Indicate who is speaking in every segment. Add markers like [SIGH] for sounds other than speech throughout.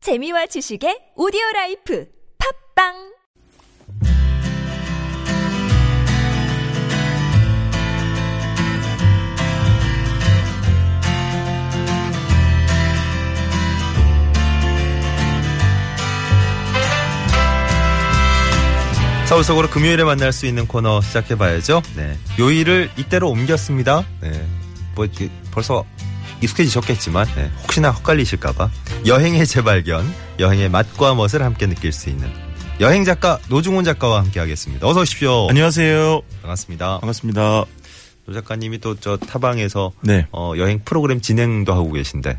Speaker 1: 재미와 지식의 오디오 라이프 팝빵
Speaker 2: 사울 속으로 금요일에 만날 수 있는 코너 시작해봐야죠. 네. 요일을 이때로 옮겼습니다. 네. 뭐, 이렇게 벌써 익숙해지셨겠지만, 네. 혹시나 헛갈리실까봐. 여행의 재발견, 여행의 맛과 멋을 함께 느낄 수 있는 여행 작가 노중훈 작가와 함께 하겠습니다. 어서 오십시오.
Speaker 3: 안녕하세요.
Speaker 2: 반갑습니다.
Speaker 3: 반갑습니다.
Speaker 2: 노 작가님이 또 저 타방에서
Speaker 3: 네.
Speaker 2: 어, 여행 프로그램 진행도 하고 계신데.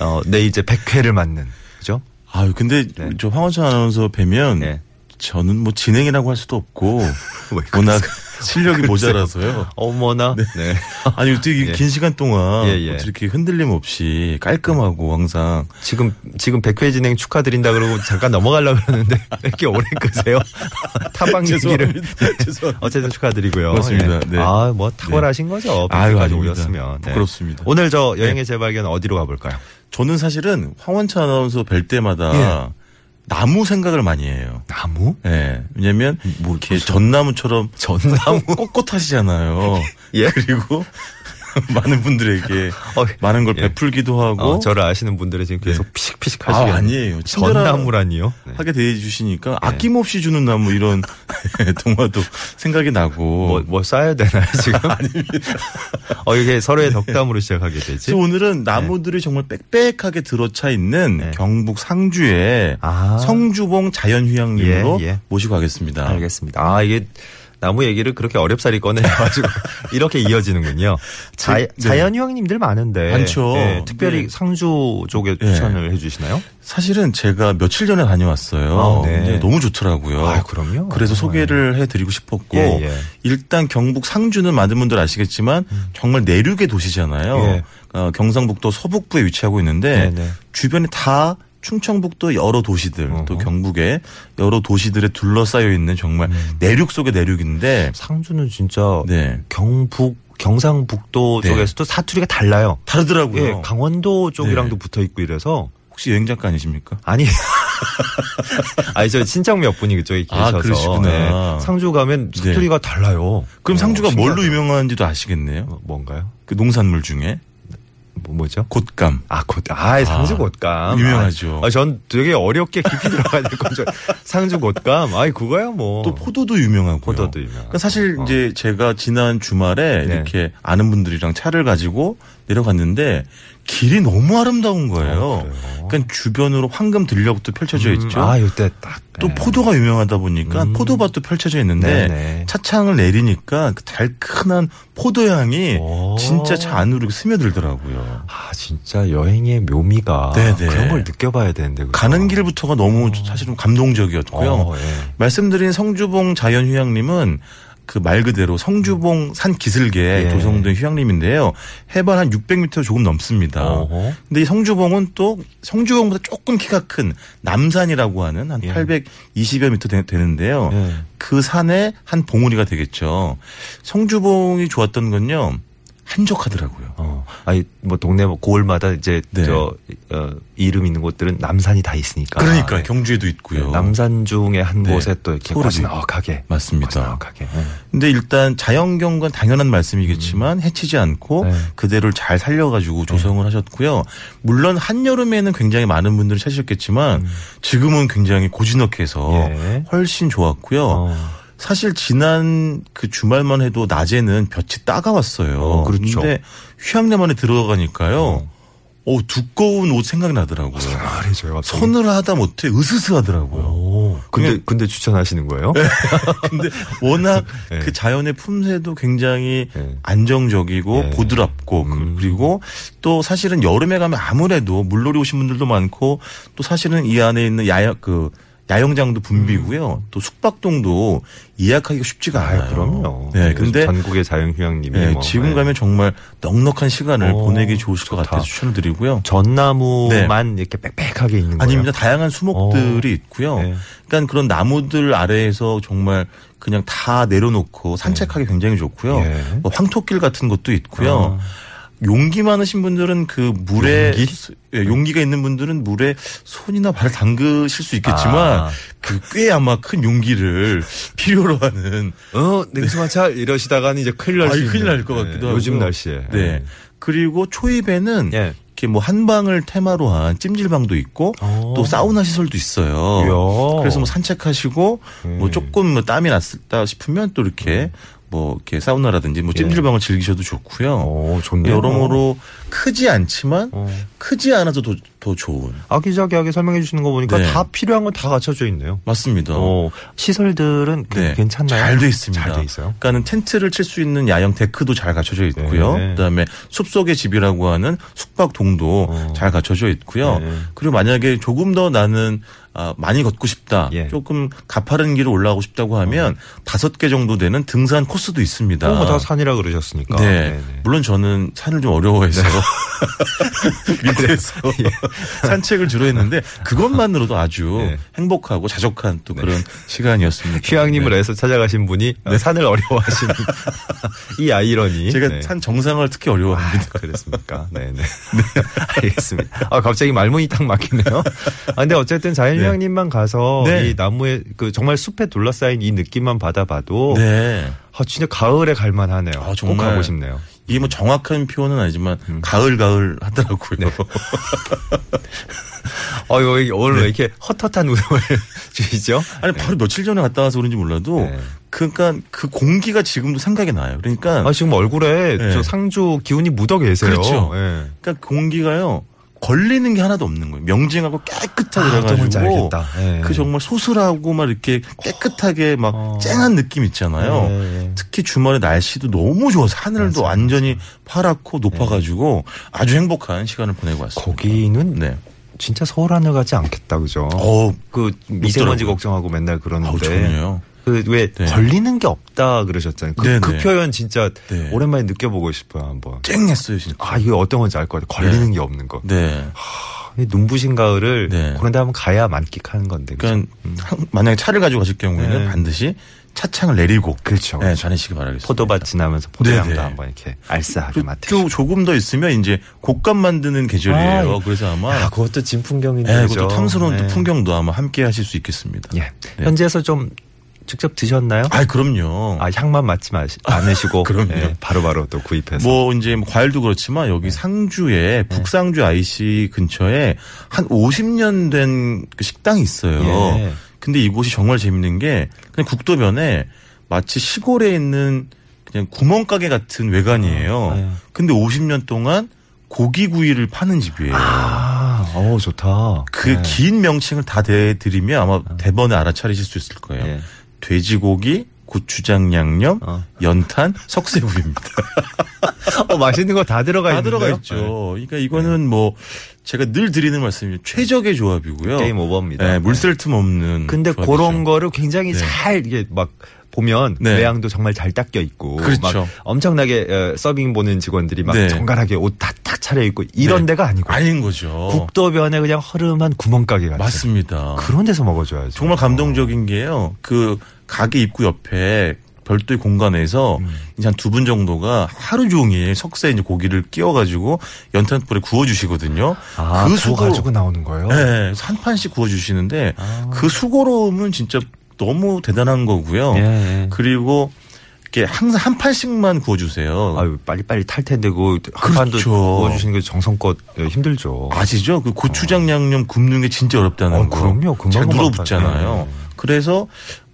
Speaker 2: 어, 내일 이제 100회를 맞는. 그죠?
Speaker 3: 아유, 근데
Speaker 2: 네.
Speaker 3: 저 황원찬 아나운서 뵈면
Speaker 2: 네.
Speaker 3: 저는 뭐 진행이라고 할 수도 [LAUGHS] 없고
Speaker 2: [LAUGHS]
Speaker 3: 워낙 실력이 모자라서요.
Speaker 2: 그렇죠. 어머나. 네.
Speaker 3: 아니 어떻게 이긴 시간 동안
Speaker 2: 예, 예.
Speaker 3: 어떻게 이렇게 흔들림 없이 깔끔하고 항상
Speaker 2: 지금 지금 100회 진행 축하드린다 그러고 잠깐 넘어가려고 그러는데 [LAUGHS] 왜 이렇게 오래 끄세요? [LAUGHS] 타방 얘기를
Speaker 3: 아, 네. [LAUGHS] 죄송합니다.
Speaker 2: 어쨌든 축하드리고요.
Speaker 3: 고맙습니다. 네.
Speaker 2: 아뭐 탁월하신 거죠.
Speaker 3: 아유,
Speaker 2: 100회까지
Speaker 3: 아닙니다.
Speaker 2: 오셨으면. 네.
Speaker 3: 부끄럽습니다.
Speaker 2: 오늘 저 여행의 재발견 어디로 가볼까요?
Speaker 3: 저는 사실은 황원찬 아나운서 뵐 때마다 나무 생각을 많이 해요.
Speaker 2: 나무?
Speaker 3: 예. 왜냐면 뭐 이렇게 전나무처럼
Speaker 2: 전나무?
Speaker 3: [LAUGHS] 꼿꼿하시잖아요.
Speaker 2: 예.
Speaker 3: 그리고 [LAUGHS] 많은 분들에게
Speaker 2: 어, 네.
Speaker 3: 많은 걸
Speaker 2: 예.
Speaker 3: 베풀기도 하고
Speaker 2: 어, 저를 아시는 분들은 지금 계속 피식피식
Speaker 3: 아,
Speaker 2: 하시겠네요.
Speaker 3: 아니에요. 친절한-
Speaker 2: 전나무라니요? 네.
Speaker 3: 하게 대해 주시니까 아낌없이 주는 나무 이런 [LAUGHS] 동화도 생각이 나고
Speaker 2: 뭐, 뭐 [LAUGHS] 쌓아야 되나요, 지금? 어, 이게 서로의 덕담으로 시작하게 되지?
Speaker 3: 그래서 오늘은
Speaker 2: 네.
Speaker 3: 나무들이 정말 빽빽하게 들어차 있는 경북 상주의
Speaker 2: 아.
Speaker 3: 성주봉 자연휴양림으로
Speaker 2: 예, 예.
Speaker 3: 모시고 가겠습니다.
Speaker 2: 알겠습니다. 아, 이게 나무 얘기를 그렇게 어렵사리 [LAUGHS] 꺼내가지고 이렇게 이어지는군요. 자,
Speaker 3: 네.
Speaker 2: 자연유학님들 많은데.
Speaker 3: 많죠.
Speaker 2: 예, 특별히
Speaker 3: 네.
Speaker 2: 상주 쪽에
Speaker 3: 예.
Speaker 2: 추천을 해주시나요?
Speaker 3: 사실은 제가 며칠 전에 다녀왔어요.
Speaker 2: 아, 네.
Speaker 3: 근데 너무 좋더라고요.
Speaker 2: 아, 그럼요.
Speaker 3: 그래서 소개를 해드리고 싶었고
Speaker 2: 예, 예. 음.
Speaker 3: 일단 경북 상주는 많은 분들 아시겠지만 정말 내륙의 도시잖아요.
Speaker 2: 예.
Speaker 3: 어, 경상북도 서북부에 위치하고
Speaker 2: 네,
Speaker 3: 있는데
Speaker 2: 네.
Speaker 3: 주변에 다 충청북도 여러 도시들 또
Speaker 2: 어허.
Speaker 3: 경북의 여러 도시들에 둘러싸여 있는 정말
Speaker 2: 음.
Speaker 3: 내륙 속의 내륙인데
Speaker 2: 상주는 진짜
Speaker 3: 네
Speaker 2: 경북, 경상북도
Speaker 3: 네.
Speaker 2: 쪽에서도 사투리가 달라요. 네.
Speaker 3: 다르더라고요.
Speaker 2: 예, 강원도 쪽이랑도 붙어 있고 이래서.
Speaker 3: 혹시 여행 작가 아니십니까?
Speaker 2: 아니, [LAUGHS] 아니 저 친척 몇 분이 그쪽에
Speaker 3: 아,
Speaker 2: 계셔서 네.
Speaker 3: 그러시구나.
Speaker 2: 상주 가면 사투리가 달라요.
Speaker 3: 그럼
Speaker 2: 어,
Speaker 3: 상주가 뭘로
Speaker 2: 신기하다.
Speaker 3: 유명한지도 아시겠네요.
Speaker 2: 어, 뭔가요?
Speaker 3: 그 농산물 중에
Speaker 2: 뭐, 뭐죠?
Speaker 3: 곶감.
Speaker 2: 아, 곧, 아, 상주 곶감.
Speaker 3: 유명하죠.
Speaker 2: 아, 전 되게 어렵게 깊이 [LAUGHS] 들어가야 될 건줄 상주 곶감. 아이, 그거야 뭐.
Speaker 3: 또 포도도 유명하고요.
Speaker 2: 포도도 유명하고.
Speaker 3: 그러니까 사실
Speaker 2: 어.
Speaker 3: 이제 제가 지난 주말에
Speaker 2: 네.
Speaker 3: 이렇게 아는 분들이랑 차를 가지고 내려갔는데 길이 너무 아름다운
Speaker 2: 어,
Speaker 3: 거예요.
Speaker 2: 그래요?
Speaker 3: 그러니까 주변으로 황금 들녘도 펼쳐져
Speaker 2: 음,
Speaker 3: 있죠.
Speaker 2: 아, 이때 딱.
Speaker 3: 또
Speaker 2: 네.
Speaker 3: 포도가 유명하다 보니까
Speaker 2: 음.
Speaker 3: 포도밭도 펼쳐져 있는데
Speaker 2: 네네.
Speaker 3: 차창을 내리니까 그 달큰한 포도 향이
Speaker 2: 오.
Speaker 3: 진짜 차 안으로 스며들더라고요.
Speaker 2: 어. 아, 진짜 여행의 묘미가
Speaker 3: 네네.
Speaker 2: 그런 걸 느껴봐야 되는데. 그죠?
Speaker 3: 가는 길부터가 너무 사실은 감동적이었고요.
Speaker 2: 아. 어, 예.
Speaker 3: 말씀드린 성주봉 자연휴양림은 그 말 그대로 성주봉 산 기슭에
Speaker 2: 예.
Speaker 3: 조성된 휴양림인데요. 해발 한 600m 조금 넘습니다.
Speaker 2: 어허.
Speaker 3: 근데 이 성주봉은 또 성주봉보다 조금 키가 큰 남산이라고 하는 한
Speaker 2: 예.
Speaker 3: 820여 미터 되, 는데요
Speaker 2: 예.
Speaker 3: 그 산의 한 봉우리가 되겠죠. 성주봉이 좋았던 건요. 한적하더라고요.
Speaker 2: 어. 아니, 뭐, 동네 뭐 고을마다 이제,
Speaker 3: 네.
Speaker 2: 저, 어, 이름 있는 곳들은 남산이 다 있으니까.
Speaker 3: 그러니까
Speaker 2: 네.
Speaker 3: 경주에도 있고요.
Speaker 2: 남산 중에 한
Speaker 3: 네.
Speaker 2: 곳에 또 이렇게
Speaker 3: 소르지.
Speaker 2: 고즈넉하게.
Speaker 3: 맞습니다.
Speaker 2: 고즈넉하게. 예.
Speaker 3: 근데 일단 자연경관 당연한 말씀이겠지만 해치지 않고
Speaker 2: 음. 네.
Speaker 3: 그대로를 잘 살려가지고 조성을 하셨고요. 물론 한여름에는 굉장히 많은 분들이 찾으셨겠지만 지금은 굉장히 고즈넉해서
Speaker 2: 음. 예.
Speaker 3: 훨씬 좋았고요.
Speaker 2: 어.
Speaker 3: 사실 지난 그 주말만 해도 낮에는 볕이 따가웠어요.
Speaker 2: 어, 그렇죠.
Speaker 3: 근데 휴양림 안에 들어가니까요. 어, 두꺼운 옷 생각이 나더라고요.
Speaker 2: 말해줘요. 갑자기.
Speaker 3: 손을 하다 못해 으스스하더라고요.
Speaker 2: 오, 근데
Speaker 3: 그냥- 네.
Speaker 2: 근데 추천하시는 거예요?
Speaker 3: 근데 [LAUGHS] 워낙
Speaker 2: 예.
Speaker 3: 그 자연의 품새도 굉장히
Speaker 2: 예.
Speaker 3: 안정적이고
Speaker 2: 예. 음.
Speaker 3: 보드랍고 그- 그리고 또 사실은 여름에 가면 아무래도 물놀이 오신 분들도 많고 또 사실은 이 안에 있는 야영 그 야영장도 붐비고요.
Speaker 2: 음.
Speaker 3: 또 숙박동도 예약하기가 쉽지가 않아요. 네, 근데
Speaker 2: 전국의 자연휴양림이
Speaker 3: 예,
Speaker 2: 뭐,
Speaker 3: 지금
Speaker 2: 예.
Speaker 3: 가면 정말 넉넉한 시간을
Speaker 2: 오,
Speaker 3: 보내기 좋으실 것
Speaker 2: 좋다.
Speaker 3: 같아서 추천드리고요.
Speaker 2: 전나무만 이렇게 빽빽하게 있는 거예요.
Speaker 3: 네. 아닙니다. 다양한 수목들이 있고요.
Speaker 2: 네.
Speaker 3: 그러니까 그런 나무들 아래에서 정말 그냥 다 내려놓고 산책하기 굉장히 좋고요.
Speaker 2: 네. 예. 아.
Speaker 3: 뭐 황토길 같은 것도 있고요. 용기 많으신 분들은 그 물에
Speaker 2: 용기?
Speaker 3: 수- 예, 용기가 있는 분들은 물에 손이나 발을 담그실 수 있겠지만
Speaker 2: 아.
Speaker 3: 그 꽤 아마 큰 용기를 [LAUGHS] 필요로 하는
Speaker 2: 어, 냉수마찰 이러시다가는 이제 큰일 날수
Speaker 3: 아이,
Speaker 2: 있는.
Speaker 3: 큰일 날 것 같기도 하고
Speaker 2: 요즘 날씨에.
Speaker 3: 네. 그리고 초입에는
Speaker 2: 예.
Speaker 3: 이렇게 뭐 한방을 테마로 한 찜질방도 있고
Speaker 2: 어.
Speaker 3: 또 사우나 시설도 있어요.
Speaker 2: 이야.
Speaker 3: 그래서 뭐 산책하시고
Speaker 2: 네.
Speaker 3: 뭐 조금 뭐 땀이 났다 싶으면 또 이렇게 뭐 이렇게 사우나라든지 뭐 찜질방을 즐기셔도 좋고요.
Speaker 2: 오, 네. 어. 좋네요. 어.
Speaker 3: 여러모로 크지 않지만 크지 않아도 더, 더 좋은
Speaker 2: 아기자기하게 설명해 주시는 거 보니까
Speaker 3: 네.
Speaker 2: 다 필요한 건 다 갖춰져 있네요.
Speaker 3: 맞습니다.
Speaker 2: 어, 시설들은 그
Speaker 3: 네.
Speaker 2: 괜찮나요?
Speaker 3: 잘 돼 있습니다.
Speaker 2: 잘돼 있어요.
Speaker 3: 그러니까는 텐트를 칠 수 있는 야영 데크도 잘 갖춰져 있고요.
Speaker 2: 네.
Speaker 3: 그다음에 숲속의 집이라고 하는 숙박동도
Speaker 2: 어.
Speaker 3: 잘 갖춰져 있고요.
Speaker 2: 네.
Speaker 3: 그리고 만약에 조금 더 나는 아, 많이 걷고 싶다.
Speaker 2: 예.
Speaker 3: 조금 가파른 길을 올라가고 싶다고 하면 다섯 개 정도 되는 등산 코스도 있습니다.
Speaker 2: 그런 어, 뭐 거다 산이라 그러셨으니까.
Speaker 3: 네.
Speaker 2: 네네. 네.
Speaker 3: 물론 저는 산을 좀 어려워해서 [LAUGHS] 밑에서
Speaker 2: 아,
Speaker 3: 산책을 주로 했는데 그것만으로도 아주
Speaker 2: 예. 네.
Speaker 3: 행복하고 자족한 또 그런 시간이었습니다.
Speaker 2: 휴양림을
Speaker 3: 네.
Speaker 2: 애써 찾아가신 분이 산을 어려워하시는 [LAUGHS] 이 아이러니.
Speaker 3: 제가
Speaker 2: 네. 아,
Speaker 3: 산 정상을 특히 어려워합니다.
Speaker 2: 그랬습니까? 네네. [LAUGHS] 알겠습니다. 아, 갑자기 말문이 딱 막히네요. 아, 근데 어쨌든 자연휴양림만 가서
Speaker 3: 네.
Speaker 2: 이 나무에 그 정말 숲에 둘러싸인 이 느낌만 받아봐도
Speaker 3: 네.
Speaker 2: 아, 진짜 가을에 갈만 하네요.
Speaker 3: 아,
Speaker 2: 꼭
Speaker 3: 정말.
Speaker 2: 가고 싶네요.
Speaker 3: 이게 뭐 정확한 표현은 아니지만
Speaker 2: 음.
Speaker 3: 가을 가을 하더라고요.
Speaker 2: 네. 어, 여기 오늘
Speaker 3: 네.
Speaker 2: 왜 이렇게 헛헛한 [LAUGHS] 웃음을 주시죠?
Speaker 3: 아니 바로 며칠 전에 갔다 와서 그런지 몰라도
Speaker 2: 네.
Speaker 3: 그러니까 그 공기가 지금도 생각이 나요. 그러니까
Speaker 2: 아, 지금 얼굴에
Speaker 3: 네.
Speaker 2: 저 상주 기운이 묻어 계세요.
Speaker 3: 그렇죠.
Speaker 2: 예.
Speaker 3: 그러니까 공기가요 걸리는 게 하나도 없는 거예요. 명징하고 깨끗하게
Speaker 2: 아,
Speaker 3: 그래가지고
Speaker 2: 너무 잘겠다. 예.
Speaker 3: 그 정말 소스라고 막 이렇게 깨끗하게 막
Speaker 2: 어.
Speaker 3: 쨍한 느낌 있잖아요.
Speaker 2: 예, 예.
Speaker 3: 특히 주말에 날씨도 너무 좋아서 하늘도 완전히 파랗고 높아가지고 아주 행복한 시간을 보내고 왔습니다.
Speaker 2: 거기는
Speaker 3: 네.
Speaker 2: 진짜 서울 하늘 같지 않겠다, 그죠?
Speaker 3: 어,
Speaker 2: 그 미세먼지 걱정하고 맨날
Speaker 3: 아우
Speaker 2: 그러는데
Speaker 3: 전혀요.
Speaker 2: 그 왜
Speaker 3: 네.
Speaker 2: 걸리는 게 없다 그러셨잖아요. 그,
Speaker 3: 네네.
Speaker 2: 그 표현 진짜
Speaker 3: 네.
Speaker 2: 오랜만에 느껴보고 싶어요 한번.
Speaker 3: 쨍했어요 진짜.
Speaker 2: 아 이거 어떤 건지 알 것 같아요. 걸리는 게 없는 거.
Speaker 3: 네.
Speaker 2: 이 눈부신 가을을
Speaker 3: 네.
Speaker 2: 그런 데 한번 가야 만끽하는 건데. 그죠?
Speaker 3: 그러니까 한- 만약에 차를 가지고 가실
Speaker 2: 네.
Speaker 3: 경우에는 반드시 차창을 내리고
Speaker 2: 그렇죠.
Speaker 3: 네, 자내시기 바라겠습니다.
Speaker 2: 포도밭 지나면서 포도향도
Speaker 3: 네네. 그
Speaker 2: 한번 이렇게 알싸하게 맡으시고.
Speaker 3: 쭉 조금 더 있으면 이제 곡감 만드는 계절이에요. 예. 그래서 아마
Speaker 2: 아, 그것도
Speaker 3: 네,
Speaker 2: 진풍경이네요.
Speaker 3: 그것도 탐스러운 또 풍경도 아마 함께 하실 수 있겠습니다.
Speaker 2: 예.
Speaker 3: 네.
Speaker 2: 현지에서 좀 직접 드셨나요?
Speaker 3: 아, 그럼요.
Speaker 2: 아, 향만 맡지 마시, 않으시고
Speaker 3: [LAUGHS] 그럼요.
Speaker 2: 예, 바로바로 또 구입해서.
Speaker 3: 뭐 이제 뭐 과일도 그렇지만 여기
Speaker 2: 네.
Speaker 3: 상주에 북상주 IC 근처에 한 50년 된그 식당이 있어요.
Speaker 2: 예.
Speaker 3: 근데 이곳이 정말 재밌는 게 그냥 국도변에 마치 시골에 있는 그냥 구멍가게 같은 외관이에요.
Speaker 2: 아, 예.
Speaker 3: 근데 50년 동안 고기구이를 파는 집이에요.
Speaker 2: 아, 네. 어 좋다. 예.
Speaker 3: 그 긴 명칭을 다 대드리면 아마 대번에 알아차리실 수 있을 거예요.
Speaker 2: 예.
Speaker 3: 돼지고기, 고추장 양념,
Speaker 2: 어.
Speaker 3: 연탄, 석쇠구이입니다.
Speaker 2: 어, 맛있는 거 다 들어가
Speaker 3: 다
Speaker 2: 있는데요?
Speaker 3: 들어가 있죠. 그러니까 이거는 뭐 제가 늘 드리는 말씀이 최적의 조합이고요.
Speaker 2: 예. 게임 오버입니다.
Speaker 3: 네, 물샐 틈 없는.
Speaker 2: 근데
Speaker 3: 조합이죠.
Speaker 2: 그런 거를 굉장히 잘 이게 막 보면
Speaker 3: 네.
Speaker 2: 내양도 정말 잘 닦여 있고
Speaker 3: 그렇죠.
Speaker 2: 막 엄청나게 어, 서빙 보는 직원들이 막
Speaker 3: 네.
Speaker 2: 정갈하게 옷 다 딱 차려 입고 이런
Speaker 3: 네.
Speaker 2: 데가 아니고
Speaker 3: 아닌 거죠.
Speaker 2: 국도변에 그냥 허름한 구멍가게 같은
Speaker 3: 어. 맞습니다.
Speaker 2: 그런 데서 먹어줘야죠.
Speaker 3: 정말 감동적인 게요. 그 가게 입구 옆에 별도의 공간에서 이제 한 두 분 정도가 하루 종일 석쇠에 이제 고기를 끼워가지고 연탄불에 구워주시거든요.
Speaker 2: 아,
Speaker 3: 그
Speaker 2: 그
Speaker 3: 수고-
Speaker 2: 가지고 나오는 거예요.
Speaker 3: 네, 한 판씩 구워주시는데 그 수고로움은 진짜 너무 대단한 거고요.
Speaker 2: 예, 예.
Speaker 3: 네. 그리고 이렇게 항상 한 판씩만 구워주세요.
Speaker 2: 아유 빨리 빨리 탈 텐데 그 한판도
Speaker 3: 그렇죠.
Speaker 2: 구워주시는 게 정성껏 예, 힘들죠.
Speaker 3: 아시죠? 그 고추장 양념 굽는 게 진짜 어렵다는
Speaker 2: 어,
Speaker 3: 거.
Speaker 2: 그럼요. 금방
Speaker 3: 잘
Speaker 2: 금방
Speaker 3: 눌어붙잖아요.
Speaker 2: 네.
Speaker 3: 그래서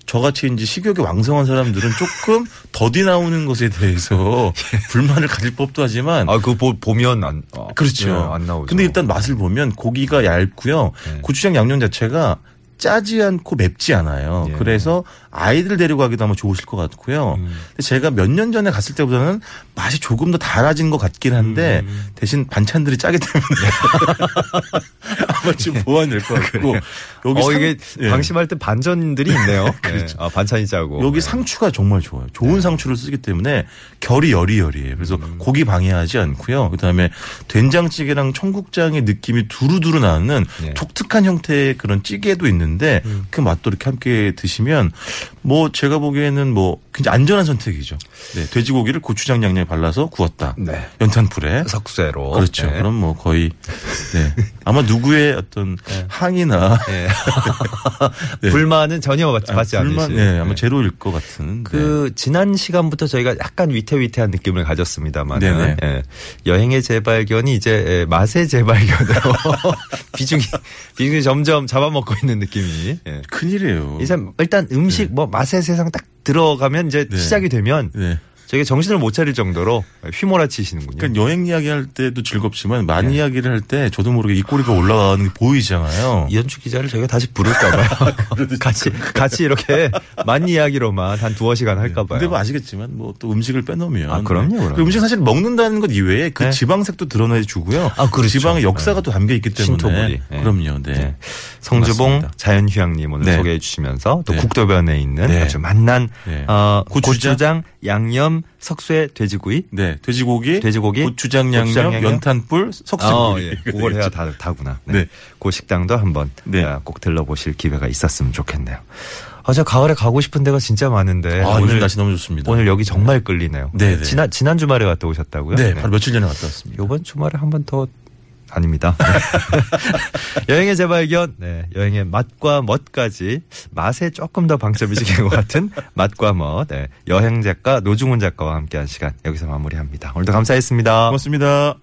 Speaker 3: 저같이 이제 식욕이 왕성한 사람들은 조금 더디 나오는
Speaker 2: [LAUGHS]
Speaker 3: 것에 대해서 불만을 가질 법도 하지만
Speaker 2: 아, 그거 보, 보면 안, 아,
Speaker 3: 그렇죠.
Speaker 2: 예, 안 나오죠. 네.
Speaker 3: 근데 일단 맛을 보면 고기가 얇고요. 고추장 양념 자체가 짜지 않고 맵지 않아요.
Speaker 2: 예. 음.
Speaker 3: 그래서 아이들 데리고 가기도 아마 좋으실 것 같고요. 근데 제가 몇 년 전에 갔을 때보다는 맛이 조금 더 달아진 것 같긴 한데
Speaker 2: 음.
Speaker 3: 대신 반찬들이 짜기 때문에
Speaker 2: [LAUGHS]
Speaker 3: [LAUGHS] 아마 좀 보완될 것 같고 여기
Speaker 2: 어,
Speaker 3: 상-
Speaker 2: 이게
Speaker 3: 예.
Speaker 2: 방심할 때 반전들이
Speaker 3: [LAUGHS]
Speaker 2: 있네요. 예. 아, 반찬이 짜고.
Speaker 3: 여기
Speaker 2: 예.
Speaker 3: 상추가 정말 좋아요. 좋은
Speaker 2: 네.
Speaker 3: 상추를 쓰기 때문에 결이 여리여리해요. 그래서
Speaker 2: 음.
Speaker 3: 고기 방해하지 않고요. 그다음에 된장찌개랑 청국장의 느낌이 두루두루 나는
Speaker 2: 예.
Speaker 3: 독특한 형태의 그런 찌개도 있는데
Speaker 2: 음.
Speaker 3: 그 맛도 이렇게 함께 드시면 뭐 제가 보기에는 뭐 굉장히 안전한 선택이죠. 네, 돼지고기를 고추장 양념에 발라서 구웠다.
Speaker 2: 네.
Speaker 3: 연탄불에
Speaker 2: 석쇠로.
Speaker 3: 그렇죠.
Speaker 2: 네.
Speaker 3: 그럼 뭐 거의 네. 아마 누구의 어떤
Speaker 2: 네.
Speaker 3: 항이나
Speaker 2: 예.
Speaker 3: 네.
Speaker 2: 불만은 전혀 받지, 받지
Speaker 3: 불만-
Speaker 2: 않으신.
Speaker 3: 네, 아마 제로일 것 같은.
Speaker 2: 그 지난 시간부터 저희가 약간 위태위태한 느낌을 가졌습니다만
Speaker 3: 네네.
Speaker 2: 예. 여행의 재발견이 이제 예, 맛의 재발견으로 [LAUGHS] 비중이 비중이 점점 잡아먹고 있는 느낌이. 예.
Speaker 3: 네. 큰일이에요.
Speaker 2: 일단 일단 음식 뭐 맛의 세상 딱 들어가면 이제
Speaker 3: 네.
Speaker 2: 시작이 되면
Speaker 3: 네.
Speaker 2: 저희가 정신을 못 차릴 정도로 휘몰아치시는군요.
Speaker 3: 그러니까 여행 이야기 할 때도 즐겁지만 만
Speaker 2: 예.
Speaker 3: 이야기를 할 때 저도 모르게 입꼬리가 올라가는 게 보이잖아요.
Speaker 2: 이현주 기자를 저희가 다시
Speaker 3: [LAUGHS]
Speaker 2: 부를까봐요. 같이, 같이 이렇게 만 이야기로만 한 두어 시간 할까봐요.
Speaker 3: 근데 뭐 아시겠지만 뭐 또 음식을 빼놓으면
Speaker 2: 아, 그럼요,
Speaker 3: 네.
Speaker 2: 그럼요.
Speaker 3: 그 음식 사실 먹는다는 것 이외에 그
Speaker 2: 네.
Speaker 3: 지방색도 드러내주고요.
Speaker 2: 아, 그렇죠.
Speaker 3: 지방의 역사가 또 담겨 있기 때문에
Speaker 2: 신토불이. 네.
Speaker 3: 그럼요. 네.
Speaker 2: 네. 성주봉
Speaker 3: 맞습니다.
Speaker 2: 자연휴양님 오늘
Speaker 3: 네.
Speaker 2: 소개해 주시면서 또
Speaker 3: 네.
Speaker 2: 국도변에 있는
Speaker 3: 네.
Speaker 2: 아주 만난
Speaker 3: 네.
Speaker 2: 어, 고추장?
Speaker 3: 고추장?
Speaker 2: 양념, 석쇠, 돼지구이.
Speaker 3: 네, 돼지고기,
Speaker 2: 돼지고기,
Speaker 3: 고추장 양념,
Speaker 2: 고추장 양념,
Speaker 3: 연탄불, 아, 석쇠구이.
Speaker 2: 어,
Speaker 3: [LAUGHS]
Speaker 2: 예. 그걸 해야 다, 다구나. 네.
Speaker 3: 네.
Speaker 2: 그 식당도 한번
Speaker 3: 네.
Speaker 2: 아, 꼭 들러보실 기회가 있었으면 좋겠네요. 아, 저 가을에 가고 싶은 데가 진짜 많은데.
Speaker 3: 아, 오늘 날씨 너무 좋습니다.
Speaker 2: 오늘 여기 정말 끌리네요.
Speaker 3: 네, 네.
Speaker 2: 지난 지난 주말에 갔다 오셨다고요?
Speaker 3: 네, 바로 며칠 전에 갔다 왔습니다.
Speaker 2: 요번 주말에 한 번 더 아닙니다. 네. [LAUGHS] 여행의 재발견, 네, 여행의 맛과 멋까지 맛에 조금 더 방점이 찍힌 것 같은 맛과 멋, 네, 여행 작가 노중훈 작가와 함께한 시간 여기서 마무리합니다. 오늘도 감사했습니다.
Speaker 3: 고맙습니다.